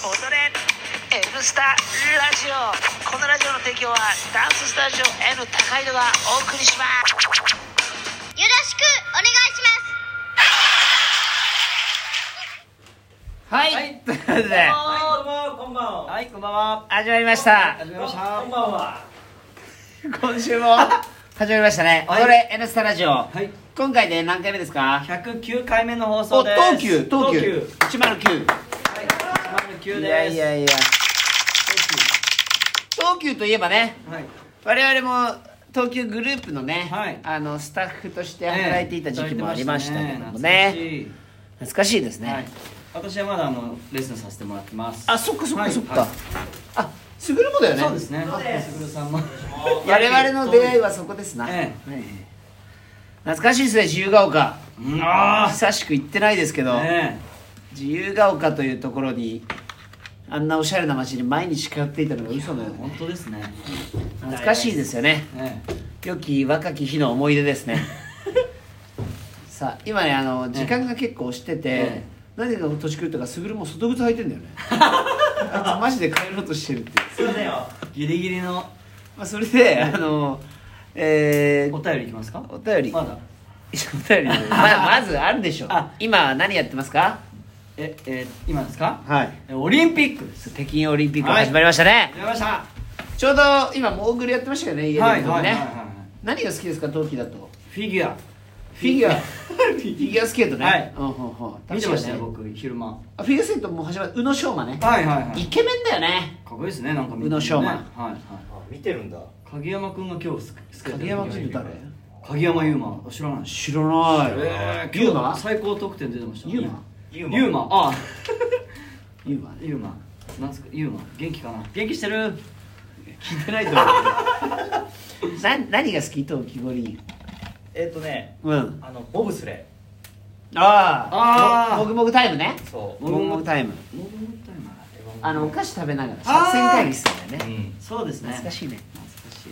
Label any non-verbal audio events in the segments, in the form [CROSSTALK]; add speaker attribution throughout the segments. Speaker 1: 踊れ N スタラジオこのラジオの提供はダンススタジオ N 高井戸がお送りします
Speaker 2: よろしくお願いします
Speaker 3: はい、
Speaker 4: はい
Speaker 3: ということで、
Speaker 4: はい、どうも、こんばんは。
Speaker 3: はい、こんばんは。始まりました。
Speaker 4: 始めました。こんばんは。
Speaker 3: 今週も始まりましたね。
Speaker 4: はい
Speaker 3: 踊れ N スタラジオ。
Speaker 4: はい、
Speaker 3: 今回で何回目ですか？
Speaker 4: 百九回目の放
Speaker 3: お、
Speaker 4: 送です。
Speaker 3: 東急、東急、一0 9
Speaker 4: はい、109
Speaker 3: いや
Speaker 4: です。
Speaker 3: いやいや。東急といえばね、
Speaker 4: はい、
Speaker 3: 我々も東急グループのね、
Speaker 4: はい
Speaker 3: あのスタッフとして働いていた時期もありましたけども
Speaker 4: え
Speaker 3: ね。
Speaker 4: え。
Speaker 3: 懐かしいですね。
Speaker 4: はい、私はまだあのレッスンさせてもらってます。
Speaker 3: あ、そっかそっ
Speaker 4: は
Speaker 3: か
Speaker 4: い
Speaker 3: そっか。
Speaker 4: はい
Speaker 3: あ、すぐるもだよね。
Speaker 4: そうですね。すぐるさんも。
Speaker 3: [LAUGHS] 我々の出会いはそこですな、
Speaker 4: え
Speaker 3: はい懐かしいですね自由が丘
Speaker 4: うん。ああ。
Speaker 3: [LAUGHS] 久しく行ってないですけど、
Speaker 4: ね
Speaker 3: 自由が丘というところにあんなおしゃれな街に毎日通っていたのが嘘のよ
Speaker 4: え、本
Speaker 3: ね
Speaker 4: 当ですね。
Speaker 3: 懐かしいですよね
Speaker 4: ね
Speaker 3: 良き若き日の思い出ですね
Speaker 4: [LAUGHS]
Speaker 3: さあ今ねあの時間が結構押してて、
Speaker 4: え
Speaker 3: なぜか年来るとかすぐるもう外靴履いてんだ
Speaker 4: [LAUGHS]
Speaker 3: よねあいつマジで帰ろうとしてるっていう、
Speaker 4: そうだよ。ギリギリの
Speaker 3: まあ、それであのえー
Speaker 4: お便りいきますか。
Speaker 3: お便り
Speaker 4: まだ。
Speaker 3: お便り
Speaker 4: [LAUGHS]
Speaker 3: ねままずあるでしょ
Speaker 4: あ
Speaker 3: 今何やってますか
Speaker 4: え、え、今ですか。
Speaker 3: はい
Speaker 4: えオリンピックです。
Speaker 3: 北京オリンピックが始まりましたね、
Speaker 4: 始めました。
Speaker 3: ちょうど今モーグルやってましたよね家で
Speaker 4: はい
Speaker 3: 僕
Speaker 4: はいはい
Speaker 3: ね
Speaker 4: はい
Speaker 3: 何が好きですか冬季だと
Speaker 4: フィギュアフ
Speaker 3: フィギュア
Speaker 4: フ
Speaker 3: [LAUGHS] フ
Speaker 4: ィ
Speaker 3: ィ
Speaker 4: ギ
Speaker 3: ギ
Speaker 4: ュ
Speaker 3: ュアスケートね、
Speaker 4: はい
Speaker 3: うんうんうん
Speaker 4: ア見てまし
Speaker 3: 確か
Speaker 4: たよ、
Speaker 3: にね
Speaker 4: 僕昼間は
Speaker 3: あフィギュアスケートもう始まる宇野昌磨ね、
Speaker 4: いはいは
Speaker 3: イ
Speaker 4: い
Speaker 3: ケメンだよね
Speaker 4: かっこいいですねなんか見て
Speaker 3: 宇野昌磨
Speaker 4: ねはいはい
Speaker 5: あ見てるんだ
Speaker 4: 鍵山君が今日スケスケート
Speaker 3: 影山君って誰
Speaker 4: 鍵山優真知らないし
Speaker 3: 知らないユーマ
Speaker 4: 最高得点出てました
Speaker 3: ユーマ
Speaker 4: ユ
Speaker 5: ユ
Speaker 4: ー
Speaker 5: ー
Speaker 4: マ
Speaker 5: マ
Speaker 4: ユーマあ
Speaker 3: ユーマ
Speaker 4: ユーマなんすかユーマ元気かな元気してる聞いてない
Speaker 3: [LAUGHS]
Speaker 4: と思う
Speaker 3: な何が好き冬季五輪
Speaker 5: えっ、とね
Speaker 3: うん
Speaker 5: あのボブスレ
Speaker 3: あ
Speaker 4: あー
Speaker 3: ももぐもぐタイムね
Speaker 5: ーそう、
Speaker 3: もぐもぐタイム
Speaker 4: もうもうタイムだ
Speaker 3: あのお菓子食べながら
Speaker 4: あー
Speaker 3: 作戦会議してたんだよね
Speaker 4: そうですね
Speaker 3: 懐かしいね
Speaker 4: 懐かしい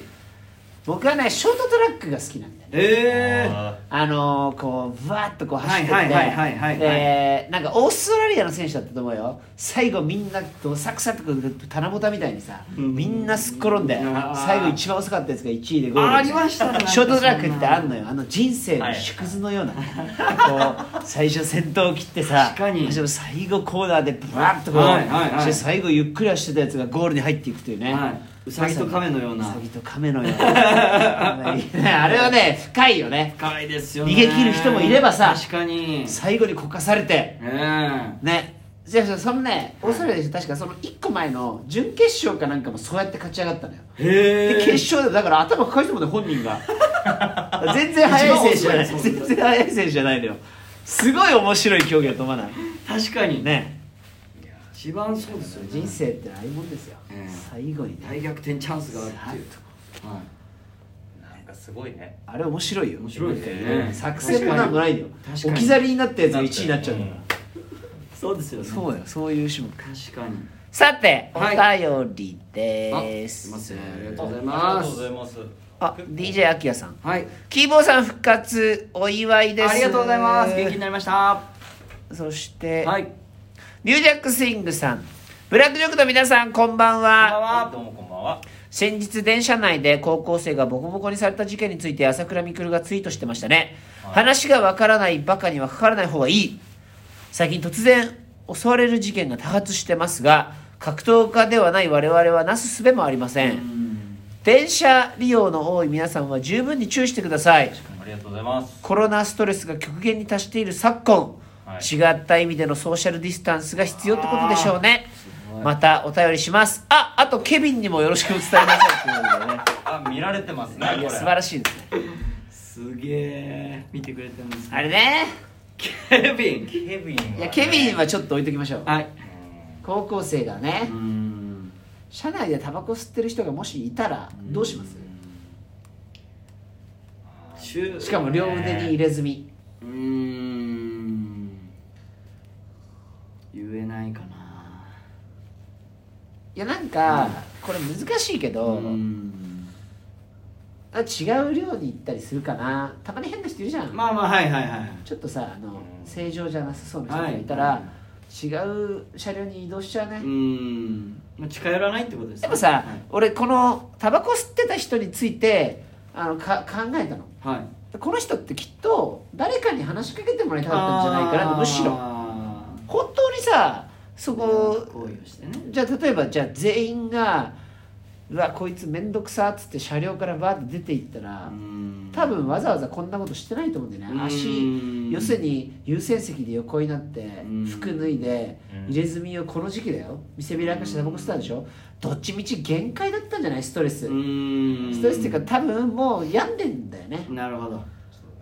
Speaker 3: 僕はねショートトラックが好きなんだよね
Speaker 4: ええ
Speaker 5: あ
Speaker 3: あのー、こうぶわっとこう走って
Speaker 4: は
Speaker 3: っ
Speaker 4: い
Speaker 3: て
Speaker 4: はいはいはいはい
Speaker 3: でなんかオーストラリアの選手だったと思うよ最後みんなどさくさってこう七夕みたいにさ、
Speaker 4: うん
Speaker 3: みんなすっ転んで
Speaker 4: あー
Speaker 3: 最後一番遅かったやつが1位でゴール
Speaker 4: あありましたね
Speaker 3: ショートトラックってあんの
Speaker 4: の
Speaker 3: よあの人生の縮図のような、こう最初先頭を切ってさ
Speaker 4: 確かに
Speaker 3: でも最後コーナーでブワッとこう、
Speaker 4: はいはいはい
Speaker 3: して最後ゆっくり走ってたやつがゴールに入っていくというね、
Speaker 4: はいウサギと亀のような
Speaker 3: ウサギと亀のような [LAUGHS] ねあれはね深いよね
Speaker 4: 深いですよね
Speaker 3: 逃げ切る人もいればさ
Speaker 4: 確かに
Speaker 3: 最後にこかされて
Speaker 4: うん
Speaker 3: ねじゃあそのねオーストラリアでしょ確かその1個前の準決勝かなんかもそうやって勝ち上がったのよ
Speaker 4: へ
Speaker 3: で
Speaker 4: え
Speaker 3: 決勝でだから頭抱えてもんね本人
Speaker 4: [LAUGHS]
Speaker 3: が全然速い選手じゃない
Speaker 4: 一番遅い
Speaker 3: 全然速い選手じゃないのよすごい面白い競技だと思わない
Speaker 4: 確かに
Speaker 3: ね
Speaker 4: 一番そうですよね
Speaker 3: 人生ってのはああいうもんですよ、
Speaker 4: うん
Speaker 3: 最後に
Speaker 4: 大
Speaker 3: ね
Speaker 4: 逆転チャンスがあるっていうはい
Speaker 5: ーなんかすごいね
Speaker 3: あれ面白いよ
Speaker 4: 面白いですよね
Speaker 3: 作戦もなんもないよ
Speaker 4: 確かに
Speaker 3: 置き去りになったやつが1位になっちゃうんだから、
Speaker 4: そうですよね
Speaker 3: そうだよそういう種目
Speaker 4: 確かに
Speaker 3: さて、
Speaker 4: はい
Speaker 3: お便り
Speaker 4: あ
Speaker 3: ですす
Speaker 4: いませんありがと
Speaker 5: あ
Speaker 4: うござい
Speaker 5: あり
Speaker 4: ま
Speaker 5: がとうご
Speaker 4: す
Speaker 5: ざいます
Speaker 3: あ DJ アキヤさん
Speaker 4: はい
Speaker 3: キーボーさん復活お祝いです
Speaker 4: ありがとうございます元気になりましたは
Speaker 3: そして、
Speaker 4: いこん
Speaker 3: ニュージャックスイングさんブラックジョークの皆さんこんばんは
Speaker 4: ばん
Speaker 5: はい
Speaker 4: は
Speaker 5: どうもこんばんは
Speaker 3: 先日電車内で高校生がボコボコにされた事件について朝倉未来がツイートしてましたね、
Speaker 5: はい
Speaker 3: 話がわからないバカにはかからない方がいい最近突然襲われる事件が多発してますが格闘家ではない我々はなすすべもありません、電車利用の多い皆さんは十分に注意してください
Speaker 5: ありがとうございます
Speaker 3: コロナストレスが極限に達している昨今、
Speaker 5: はい
Speaker 3: 違った意味でのソーシャルディスタンスが必要ってことでしょうね
Speaker 4: ごい
Speaker 3: またお便りしますああとケビンにもよろしくお伝えなさいっていうことでね
Speaker 5: あ見られてますね
Speaker 3: い
Speaker 5: こ
Speaker 3: や
Speaker 5: れ
Speaker 4: [LAUGHS]
Speaker 3: 素晴らしいですね
Speaker 4: すげえ見てくれてるんですね
Speaker 3: あれね
Speaker 4: ケビン
Speaker 5: ケビンはね、
Speaker 3: いやケビンはちょっと置いときましょう
Speaker 4: はい
Speaker 3: 高校生がね
Speaker 4: うん
Speaker 3: 車内でタバコ吸ってる人がもしいたらどうしますしかも両腕に入れ墨
Speaker 4: うーん言えないかない
Speaker 3: やなんかこれ難しいけ
Speaker 4: う
Speaker 3: ど
Speaker 4: ん
Speaker 3: あ違う寮に行ったりするかなたまに変な人いるじゃん
Speaker 4: まあまあはいはいはい
Speaker 3: ちょっとさあの正常じゃなさそうな人がいた
Speaker 4: はい
Speaker 3: ら違う車両に移動しちゃうね、
Speaker 4: うーん、まあ、近寄らないってことです
Speaker 3: で
Speaker 4: ね
Speaker 3: もさ、
Speaker 4: はい
Speaker 3: 俺このタバコ吸ってた人についてあのか考えたの
Speaker 4: はい、
Speaker 3: この人ってきっと誰かに話しかけてもらいたかったんじゃないかなってむしろ
Speaker 4: あー
Speaker 3: 本当にさそこ
Speaker 4: 行為をしてね
Speaker 3: じゃあ例えばじゃあ全員が「うわこいつめんどくさ」っつって車両からバーって出ていったら多分わざわざこんなことしてないと思うんだよね足要する
Speaker 4: に
Speaker 3: に優先席で横になって
Speaker 4: うん
Speaker 3: 服脱いで
Speaker 5: うん
Speaker 3: 入れ墨をこの時期だよ見せびらかしてタバコ吸ってたでしょどっちみち限界だったんじゃないストレスストレスっていうか多分もう病んでんだよね
Speaker 4: なるほど
Speaker 5: そう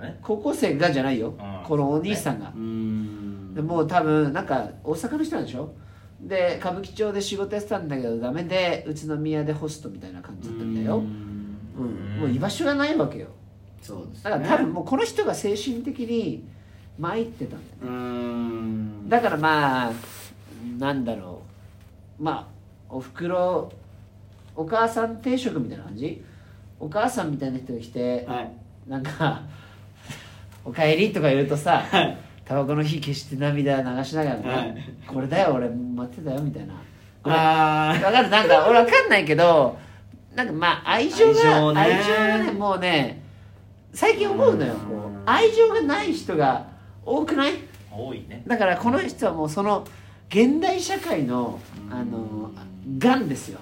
Speaker 5: だね
Speaker 3: 高校生がじゃないよ
Speaker 5: ん
Speaker 3: このお兄さんが
Speaker 4: うーん
Speaker 3: でもう多分なんか大阪の人なんでしょで歌舞伎町で仕事やってたんだけどダメで宇都宮でホストみたいな感じだったんだよ
Speaker 4: うーん
Speaker 3: うんもう居場所がないわけよ
Speaker 4: そうです
Speaker 3: だ
Speaker 4: ね
Speaker 3: から多分もうこの人が精神的に参ってたんだよね
Speaker 4: うーん
Speaker 3: だからまあなんだろうまあおふくろお母さん定食みたいな感じお母さんみたいな人が来て
Speaker 4: はい
Speaker 3: なんか「おかえり」とか言うとさ
Speaker 4: はい
Speaker 3: タバコの火消して涙流しながらね、
Speaker 4: はい
Speaker 3: これだよ俺待ってたよみたいなごめん
Speaker 4: あ
Speaker 3: わかるなんか俺わかんないけどなんかまあ愛情
Speaker 4: 愛
Speaker 3: が
Speaker 4: 情ね
Speaker 3: 愛情がねもうね最近思うのよこう愛情がない人が多くない
Speaker 5: 多いね
Speaker 3: だからこの人はもうその現代社会のあのガンですよ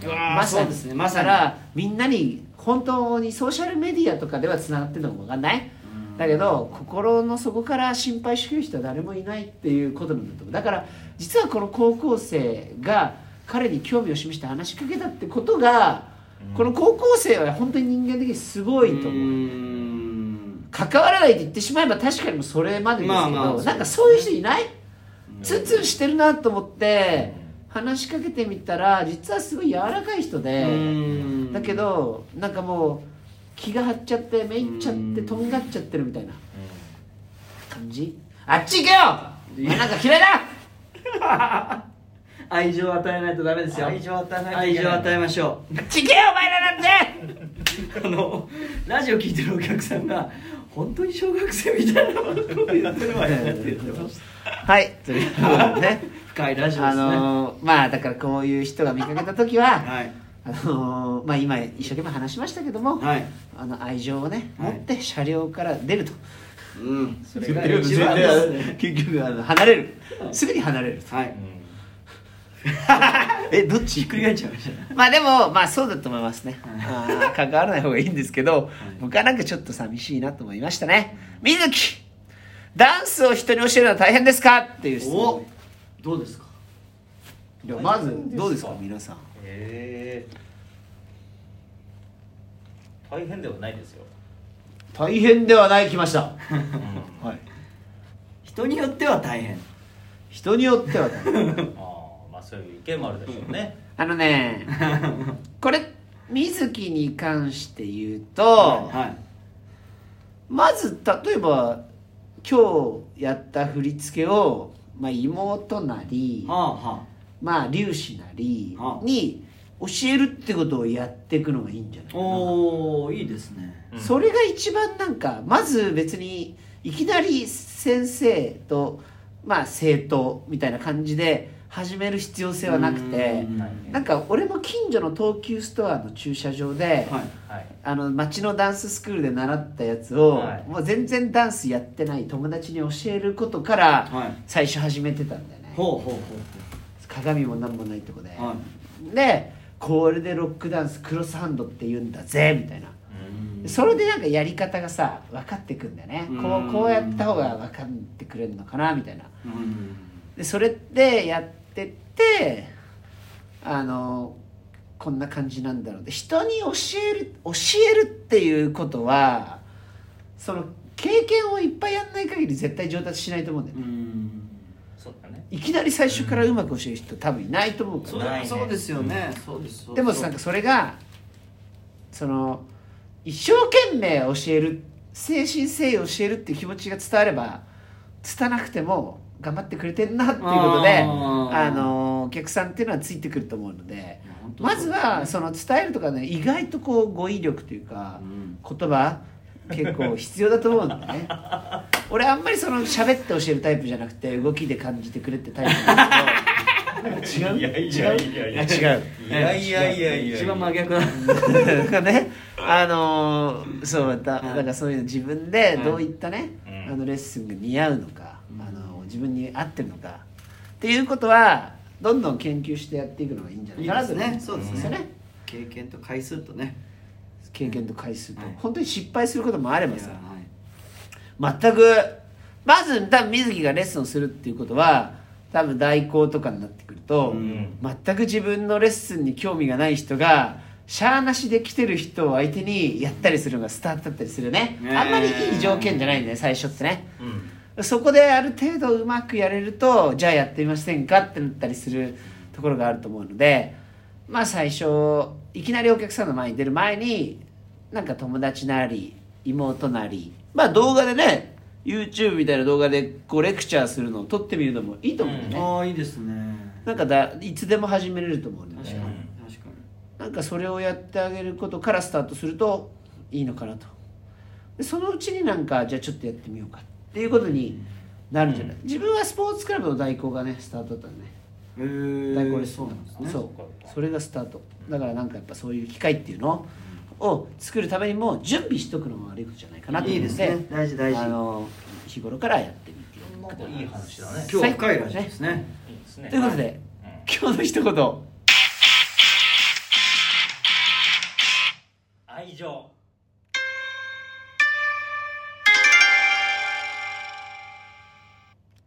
Speaker 4: ーうわーそうですねま
Speaker 3: だ
Speaker 4: さ
Speaker 3: か
Speaker 4: に
Speaker 3: らみんなに本当にソーシャルメディアとかではつながってるのかわかんないだけど心の底から心配してくる人は誰もいないっていうことなんだと思うだから実はこの高校生が彼に興味を示して話しかけたってことがこの高校生は本当に人間的にすごいと思う
Speaker 4: うーん
Speaker 3: 関わらないって言ってしまえば確かにもうそれまでですけど、
Speaker 4: まあまあ
Speaker 3: なんかそういう人いない、
Speaker 5: ん
Speaker 3: ツンツンしてるなと思って話しかけてみたら実はすごい柔らかい人
Speaker 4: う
Speaker 3: で、
Speaker 4: ーん
Speaker 3: だけどなんかもう気が張っちゃってめいっちゃって
Speaker 4: うん
Speaker 3: とんがっちゃってるみたいな
Speaker 5: う
Speaker 3: 感じあっち行けよお前なんか嫌いだ
Speaker 4: 愛情を与えないとダメですよ
Speaker 5: 愛情を与えないとい
Speaker 4: 愛情
Speaker 5: けない
Speaker 4: を与えましょう
Speaker 3: あっち行けよお前らなんて
Speaker 4: あのラジオ聞いてるお客さんが本当に小学生みたいなこと言ってるわよねって言ってまし
Speaker 3: はいということでね
Speaker 4: た深いラジオで
Speaker 3: あ
Speaker 4: すね、
Speaker 3: のーまあだからこういう人が見かけた時は、
Speaker 4: はい
Speaker 3: あのーまあ、今一生懸命話しましたけども、
Speaker 4: はい
Speaker 3: あの愛情をね、
Speaker 4: はい
Speaker 3: 持って車両から出ると
Speaker 4: うんそれ
Speaker 3: そ
Speaker 4: が
Speaker 3: れが
Speaker 4: 一
Speaker 3: 一
Speaker 4: 番
Speaker 3: 番
Speaker 4: です
Speaker 3: で
Speaker 4: ね
Speaker 3: す結局あの離れるすぐに離
Speaker 4: [LAUGHS]
Speaker 3: れると
Speaker 4: はい
Speaker 5: ん
Speaker 3: えどっち
Speaker 4: ひっくり返っちゃいました
Speaker 3: まあでもまあそうだと思いますね、あー関わらない方がいいんですけど、
Speaker 4: い
Speaker 3: 僕はなんかちょっと寂しいなと思いましたね水木ダンスを人に教えるのは大変ですかっていう質
Speaker 4: お
Speaker 3: 問
Speaker 4: どうですか
Speaker 3: いやまずどうですか
Speaker 5: 大変
Speaker 3: 皆さん
Speaker 5: へえ大変ではないですよ、
Speaker 3: 大変ではない来ました、
Speaker 5: うん
Speaker 3: はい、
Speaker 4: 人によっては大 [LAUGHS] 変
Speaker 3: 人によっては大変
Speaker 5: ああまあそういう意見もあるでしょうね
Speaker 3: [LAUGHS] あのねこれ水木に関して言うと、
Speaker 4: はい
Speaker 3: まず例えば今日やった振り付けを、まあ、妹なり、
Speaker 4: はあは
Speaker 3: まあ粒子なり
Speaker 4: はあ
Speaker 3: に教えるってことをやっていくのがいいんじゃない
Speaker 4: あ
Speaker 3: かな、
Speaker 4: おおいいですね
Speaker 5: うん
Speaker 3: それが一番なんかまず別にいきなり先生と、まあ、生徒みたいな感じで始める必要性はなくて
Speaker 4: うんはい
Speaker 3: なんか俺も近所の東急ストアの駐車場で、
Speaker 5: はい
Speaker 3: あの町のダンススクールで習ったやつを、
Speaker 5: はい
Speaker 3: もう全然ダンスやってない友達に教えることから
Speaker 4: はい
Speaker 3: 最初始めてたんだよね、
Speaker 4: ほうほうほうほ
Speaker 3: 鏡も何もないとこで、
Speaker 4: うは
Speaker 3: でこれでロックダンスクロスハンドって言うんだぜみたいな
Speaker 4: うん
Speaker 3: それでなんかやり方がさ分かってくんだよねこ
Speaker 4: うん
Speaker 3: うこうやった方が分かってくれるのかなみたいない
Speaker 4: うん
Speaker 3: でそれでやってってあのこんな感じなんだろうで人に教える教えるっていうことはその経験をいっぱいやんない限り絶対上達しないと思うんだよ
Speaker 4: う
Speaker 3: ね、
Speaker 4: ん
Speaker 5: そうだね
Speaker 3: いきなり最初からうまく教える人多分いないと思うか
Speaker 4: そ
Speaker 3: ら
Speaker 4: う
Speaker 5: ないね
Speaker 4: そうですよね、そうですそう
Speaker 3: でも
Speaker 4: そう
Speaker 3: なんかそれがその一生懸命教える精神誠意を教えるっていう気持ちが伝われば拙なくても頑張ってくれてんなっていうことで
Speaker 4: あー
Speaker 3: あのお客さんっていうのはついてくると思うので
Speaker 4: いや本当そう
Speaker 3: まずはその伝えるとかね意外とこう語彙力というか
Speaker 4: うん [LAUGHS]
Speaker 3: 言葉結構必要だと思うんだね俺あんまりその喋って教えるタイプじゃなくて動きで感じてくれってタイプなんですけど違う
Speaker 5: いやいやいやいや
Speaker 3: 違うあ違う
Speaker 5: いやいやいやいや
Speaker 4: 一番真逆だ
Speaker 3: なんかねあのーそうまた、
Speaker 4: はい
Speaker 3: なんかそういうの自分で
Speaker 4: はい
Speaker 3: どういったね、
Speaker 5: うん
Speaker 3: あのレッスンが似合うのか、あの自分に合ってるのかっていうことはどんどん研究してやっていくのがいいんじゃないかなと思
Speaker 4: いいですねそうですね経験と回数とね
Speaker 3: 経験と回数と、
Speaker 4: はい
Speaker 3: 本当に失敗することもあればさ
Speaker 4: はい
Speaker 3: 全くまず多分水木がレッスンをするっていうことは多分代行とかになってくると、
Speaker 5: うん
Speaker 3: 全く自分のレッスンに興味がない人がしゃーなしで来てる人を相手にやったりするのがスタートだったりするよね
Speaker 4: ねえ
Speaker 3: あんまりいい条件じゃないんだよね最初ってね
Speaker 5: うん
Speaker 3: そこである程度うまくやれるとじゃあやってみませんかってなったりするところがあると思うのでまあ最初いきなりお客さんの前に出る前になんか友達なり妹なりまあ動画でね YouTube みたいな動画でこうレクチャーするのを撮ってみるのもいいと思うんだよね、
Speaker 4: ああいいですね
Speaker 3: なんかだいつでも始めれると思うんだよ
Speaker 4: 確
Speaker 3: ね
Speaker 4: かに確か
Speaker 3: なんかそれをやってあげることからスタートするといいのかなとでそのうちになんかじゃあちょっとやってみようかっていうことになるんじゃない、自分はスポーツクラブの代行がねスタートだったんでね
Speaker 4: にへー
Speaker 3: 代行レッスンそう
Speaker 5: そっか
Speaker 3: それがスタートだからなんかやっぱそういう機会っていうのを作るためにも準備しとくのも悪いことじゃないかなと思う
Speaker 4: いいですね
Speaker 3: の
Speaker 4: 大事大事
Speaker 3: あの日頃からやってみて
Speaker 5: なんかいい話だね
Speaker 4: 今日は深いらしいですね
Speaker 5: いいですね
Speaker 3: ということで、今日の一言
Speaker 5: 愛情